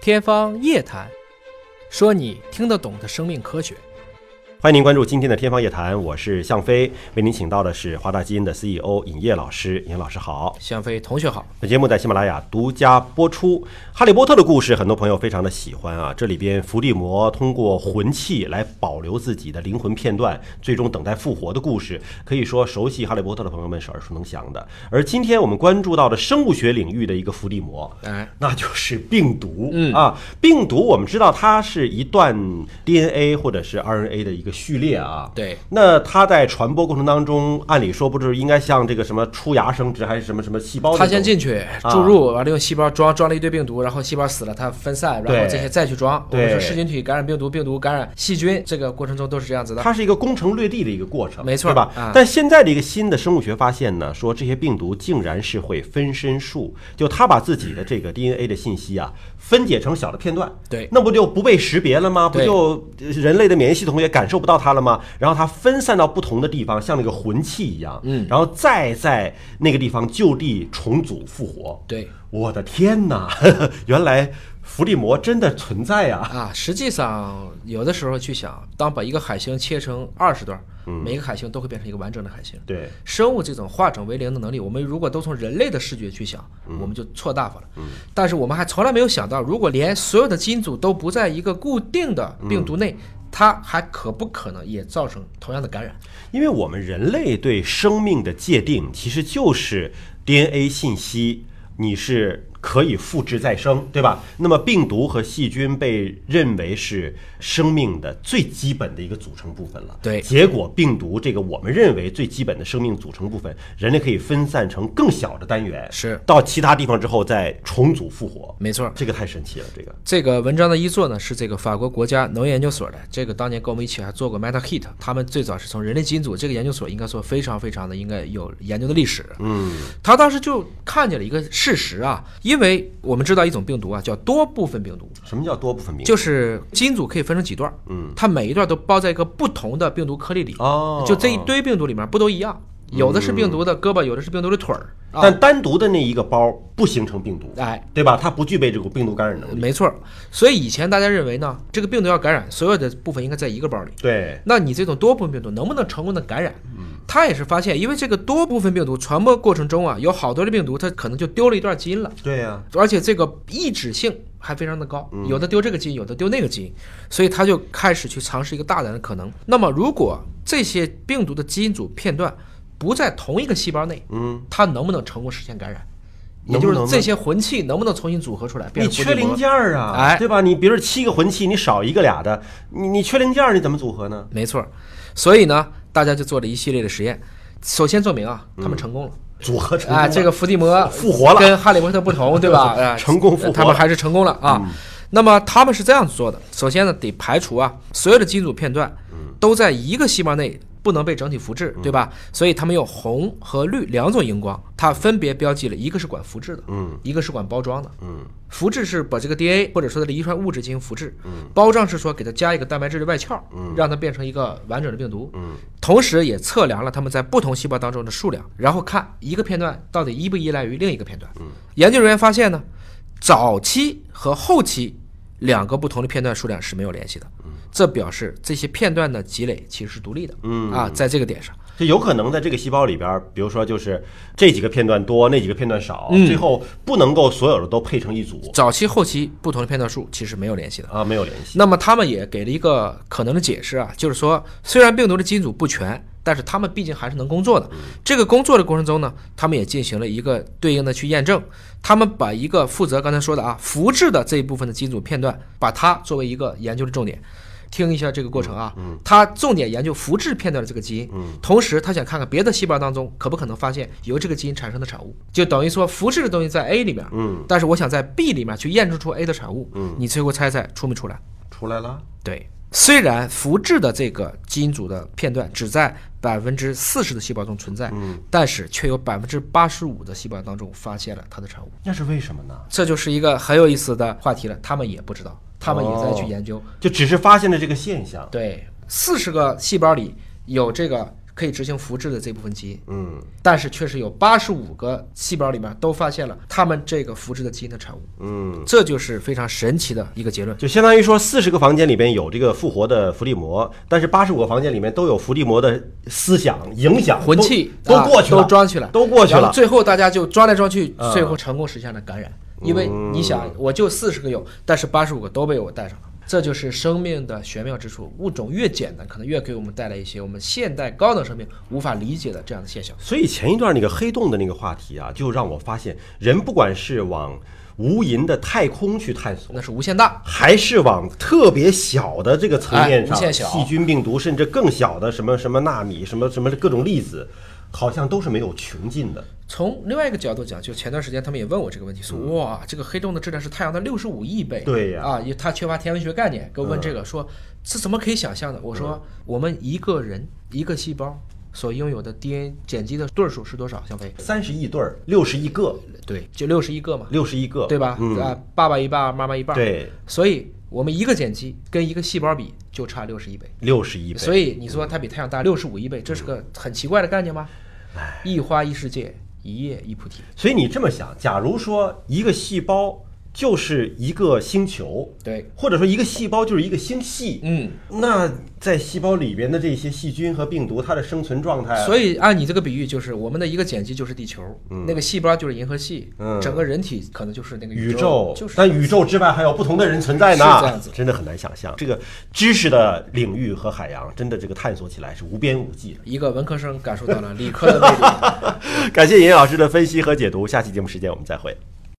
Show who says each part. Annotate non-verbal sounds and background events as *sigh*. Speaker 1: 天方夜谭，说你听得懂的生命科学。
Speaker 2: 欢迎您关注今天的天方夜谭，我是向飞，为您请到的是华大基因的 CEO 尹烨老师，尹老师好。
Speaker 1: 向飞同学好，
Speaker 2: 本节目在喜马拉雅独家播出。《哈利波特》的故事，很多朋友非常的喜欢啊。这里边伏地魔通过魂器来保留自己的灵魂片段，最终等待复活的故事，可以说熟悉《哈利波特》的朋友们是耳熟能详的。而今天我们关注到的生物学领域的一个伏地魔，
Speaker 1: 哎，
Speaker 2: 那就是病毒。嗯啊，病毒我们知道它是一段 DNA 或者是 RNA 的一个序列啊。
Speaker 1: 对
Speaker 2: 那它在传播过程当中，按理说不是应该像这个什么出芽生殖还是什么什么细胞那种？
Speaker 1: 他先进去注入，
Speaker 2: 啊
Speaker 1: 完了用细胞装，装了一堆病毒，然后细胞死了，它分散，然后
Speaker 2: 对
Speaker 1: 这些再去装。我
Speaker 2: 对
Speaker 1: 们说噬菌体感染病毒，病毒感染细菌，这个过程中都是这样子的。
Speaker 2: 它是一个攻城略地的一个过程，
Speaker 1: 没错
Speaker 2: 对吧？
Speaker 1: 啊
Speaker 2: 但现在的一个新的生物学发现呢，说这些病毒竟然是会分身术，就它把自己的这个 DNA 的信息啊分解成小的片段，
Speaker 1: 对
Speaker 2: 那不就不被识别了吗？不
Speaker 1: 对
Speaker 2: 就呃人类的免疫系统也感受不到它了吗？然后它分散到不同的地方，像那个魂器一样，嗯，然后再在那个地方就地重组复活。
Speaker 1: 对
Speaker 2: 我的天哪， *laughs* 原来伏地魔真的存在呀、
Speaker 1: 啊，实际上有的时候去想，当把一个海星切成二十段，
Speaker 2: 嗯
Speaker 1: 每个海星都会变成一个完整的海星。
Speaker 2: *laughs* 对。
Speaker 1: 生物这种化整为零的能力，我们如果都从人类的视觉去想，我们就错大发了。但是我们还从来没有想到，如果连所有的基因组都不在一个固定的病毒内，它还可不可能也造成同样的感染？
Speaker 2: 因为我们人类对生命的界定其实就是 DNA 信息，你是可以复制再生，对吧？那么病毒和细菌被认为是生命的最基本的一个组成部分了。
Speaker 1: 对
Speaker 2: 结果病毒这个我们认为最基本的生命组成部分，人类可以分散成更小的单元，
Speaker 1: 是
Speaker 2: 到其他地方之后再重组复活。
Speaker 1: 没错，
Speaker 2: 这个太神奇了，这个
Speaker 1: 这个文章的一作呢是这个法国国家能源研究所的，这个当年跟我们一起还做过 Meta Hit，他们最早是从人类基因组这个研究所应该说非常非常的应该有研究的历史。嗯，他当时就看见了一个事实啊，因为我们知道一种病毒啊叫多部分病毒，
Speaker 2: 什么叫多部分病毒？
Speaker 1: 就是基因组可以分成几段，嗯，它每一段都包在一个不同的病毒颗粒里，
Speaker 2: 哦
Speaker 1: 就这一堆病毒里面不都一样，有的是病毒的胳膊，有的是病毒的腿儿，啊，
Speaker 2: 但单独的那一个包不形成病毒，
Speaker 1: 哎，
Speaker 2: 对吧？它不具备这种病毒感染能力。
Speaker 1: 没错儿。所以以前大家认为呢，这个病毒要感染，所有的部分应该在一个包里。
Speaker 2: 对，
Speaker 1: 那你这种多部分病毒能不能成功的感染？他也是发现，因为这个多部分病毒传播过程中啊，有好多的病毒它可能就丢了一段基因了，
Speaker 2: 对呀、
Speaker 1: 而且这个抑制性还非常的高，
Speaker 2: 嗯
Speaker 1: 有的丢这个基因，有的丢那个基因，所以他就开始去尝试一个大胆的可能。那么，如果这些病毒的基因组片段不在同一个细胞内，
Speaker 2: 嗯，
Speaker 1: 它能不能成功实现感染？也
Speaker 2: 能不
Speaker 1: 就
Speaker 2: 能
Speaker 1: 是
Speaker 2: 呢
Speaker 1: 这些魂器能不能重新组合出来？变
Speaker 2: 你
Speaker 1: 成
Speaker 2: 缺
Speaker 1: 伏地魔
Speaker 2: 零件儿啊，
Speaker 1: 哎
Speaker 2: 对吧？你比如说七个魂器，你少一个俩的，你你缺零件儿，你怎么组合呢？
Speaker 1: 没错儿，所以呢，大家就做了一系列的实验，首先证明啊，他
Speaker 2: 嗯
Speaker 1: 们成功了。
Speaker 2: 组合成功
Speaker 1: 啊，这个伏地魔
Speaker 2: 复活了哎
Speaker 1: 跟哈利波特不同，对
Speaker 2: *laughs*
Speaker 1: 吧？啊
Speaker 2: 成功复活了嗯
Speaker 1: 他们还是成功了啊。那么他们是这样子做的：首先呢，得排除啊所有的基因组片段
Speaker 2: 嗯
Speaker 1: 都在一个细胞内，不能被整体复制，对吧？所以他们用红和绿两种荧光，它分别标记了一个是管复制的，
Speaker 2: 嗯，
Speaker 1: 一个是管包装的，
Speaker 2: 嗯，
Speaker 1: 复制是把这个 DNA 或者说它的遗传物质进行复制，包装是说给它加一个蛋白质的外壳，让它变成一个完整的病毒，同时也测量了它们在不同细胞当中的数量，然后看一个片段到底依不依赖于另一个片段。研究人员发现呢，早期和后期两个不同的片段数量是没有联系的，这表示这些片段的积累其实是独立的。嗯啊，在这个点上，
Speaker 2: 就有可能在这个细胞里边儿，比如说就是这几个片段多，那几个片段少，
Speaker 1: 嗯
Speaker 2: 最后不能够所有的都配成一组
Speaker 1: 早期、后期不同的片段数其实没有联系的。
Speaker 2: 啊，没有联系。
Speaker 1: 那么他们也给了一个可能的解释啊，就是说，虽然病毒的基因组不全，但是他们毕竟还是能工作的。这个工作的过程中呢，他们也进行了一个对应的去验证。他们把一个负责刚才说的啊复制的这一部分的基因组片段，把它作为一个研究的重点。听一下这个过程啊，他重点研究复制片段的这个基因，同时他想看看别的细胞当中可不可能发现由这个基因产生的产物，就等于说复制的东西在 A 里面，但是我想在 B 里面去验证出 A 的产物，你最后猜猜出没出来？
Speaker 2: 出来了，
Speaker 1: 对，虽然复制的这个基因组的片段只在百分之四十的细胞中存在，
Speaker 2: 嗯
Speaker 1: 但是却有百分之八十五的细胞当中发现了它的产物，
Speaker 2: 那是为什么呢？
Speaker 1: 这就是一个很有意思的话题了。他们也不知道，他们也在
Speaker 2: 哦
Speaker 1: 去研究。
Speaker 2: 就只是发现了这个现象，
Speaker 1: 对，四十个细胞里有这个可以执行复制的这部分基因，
Speaker 2: 嗯
Speaker 1: 但是确实有八十五个细胞里面都发现了他们这个复制的基因的产物，
Speaker 2: 嗯，
Speaker 1: 这就是非常神奇的一个结论。
Speaker 2: 就相当于说四十个房间里边有这个复活的伏地魔，但是八十五个房间里面都有伏地魔的思想影响
Speaker 1: 魂器
Speaker 2: 都
Speaker 1: 啊
Speaker 2: 都过去
Speaker 1: 都
Speaker 2: 了，
Speaker 1: 装去了，
Speaker 2: 都过去
Speaker 1: 然
Speaker 2: 了
Speaker 1: 后。最后大家就装来装去
Speaker 2: 啊，
Speaker 1: 最后成功实现了感染。因为
Speaker 2: 嗯
Speaker 1: 你想，我就四十个有，但是八十五个都被我带上了。这就是生命的玄妙之处，物种越简单，可能越给我们带来一些我们现代高等生命无法理解的这样的现象。
Speaker 2: 所以前一段那个黑洞的那个话题啊，就让我发现，人不管是往无垠的太空去探索，
Speaker 1: 那是无限大，
Speaker 2: 还是往特别小的这个层面上，
Speaker 1: 哎无限小
Speaker 2: 细菌、病毒，甚至更小的什么什么纳米、什么什么各种粒子，好像都是没有穷尽的。
Speaker 1: 从另外一个角度讲，就前段时间他们也问我这个问题，说哇，这个黑洞的质量是太阳的六十五亿倍，
Speaker 2: 嗯对呀嗯
Speaker 1: 啊，因为它缺乏天文学概念，给我问这个，说是怎么可以想象的？我说我们一个人一个细胞所拥有的 DNA 碱基的对数是多少？小飞，
Speaker 2: 三十亿对儿，六十亿个，
Speaker 1: 对，就六十一个嘛，
Speaker 2: 六十亿个，
Speaker 1: 对吧？
Speaker 2: 嗯，
Speaker 1: 啊，爸爸一半，妈妈一半，，
Speaker 2: 对，
Speaker 1: 所以我们一个碱基跟一个细胞比就差六十亿倍，
Speaker 2: 六十亿倍。嗯
Speaker 1: 所以你说它比太阳大六十五亿倍，这是个很奇怪的概念吗？一花一世界，一叶一菩提。
Speaker 2: 所以你这么想，假如说一个细胞就是一个星球，
Speaker 1: 对，
Speaker 2: 或者说一个细胞就是一个星系，
Speaker 1: 嗯，
Speaker 2: 那在细胞里边的这些细菌和病毒，它的生存状态，
Speaker 1: 所
Speaker 2: 以
Speaker 1: 以按你这个比喻，就是我们的一个碱基就是地球，那个细胞就是银河系，
Speaker 2: 嗯
Speaker 1: 整个人体可能就是那个
Speaker 2: 宇
Speaker 1: 宙
Speaker 2: 宙，，
Speaker 1: 就是
Speaker 2: 但宇宙之外还有不同的人存在呢，
Speaker 1: 是这样子
Speaker 2: 真的很难想象。这个知识的领域和海洋，真的这个探索起来是无边无际的。
Speaker 1: 一个文科 *laughs* 生感受到了理科的魅力。
Speaker 2: 感谢尹老师的分析和解读，下期节目时间我们再会。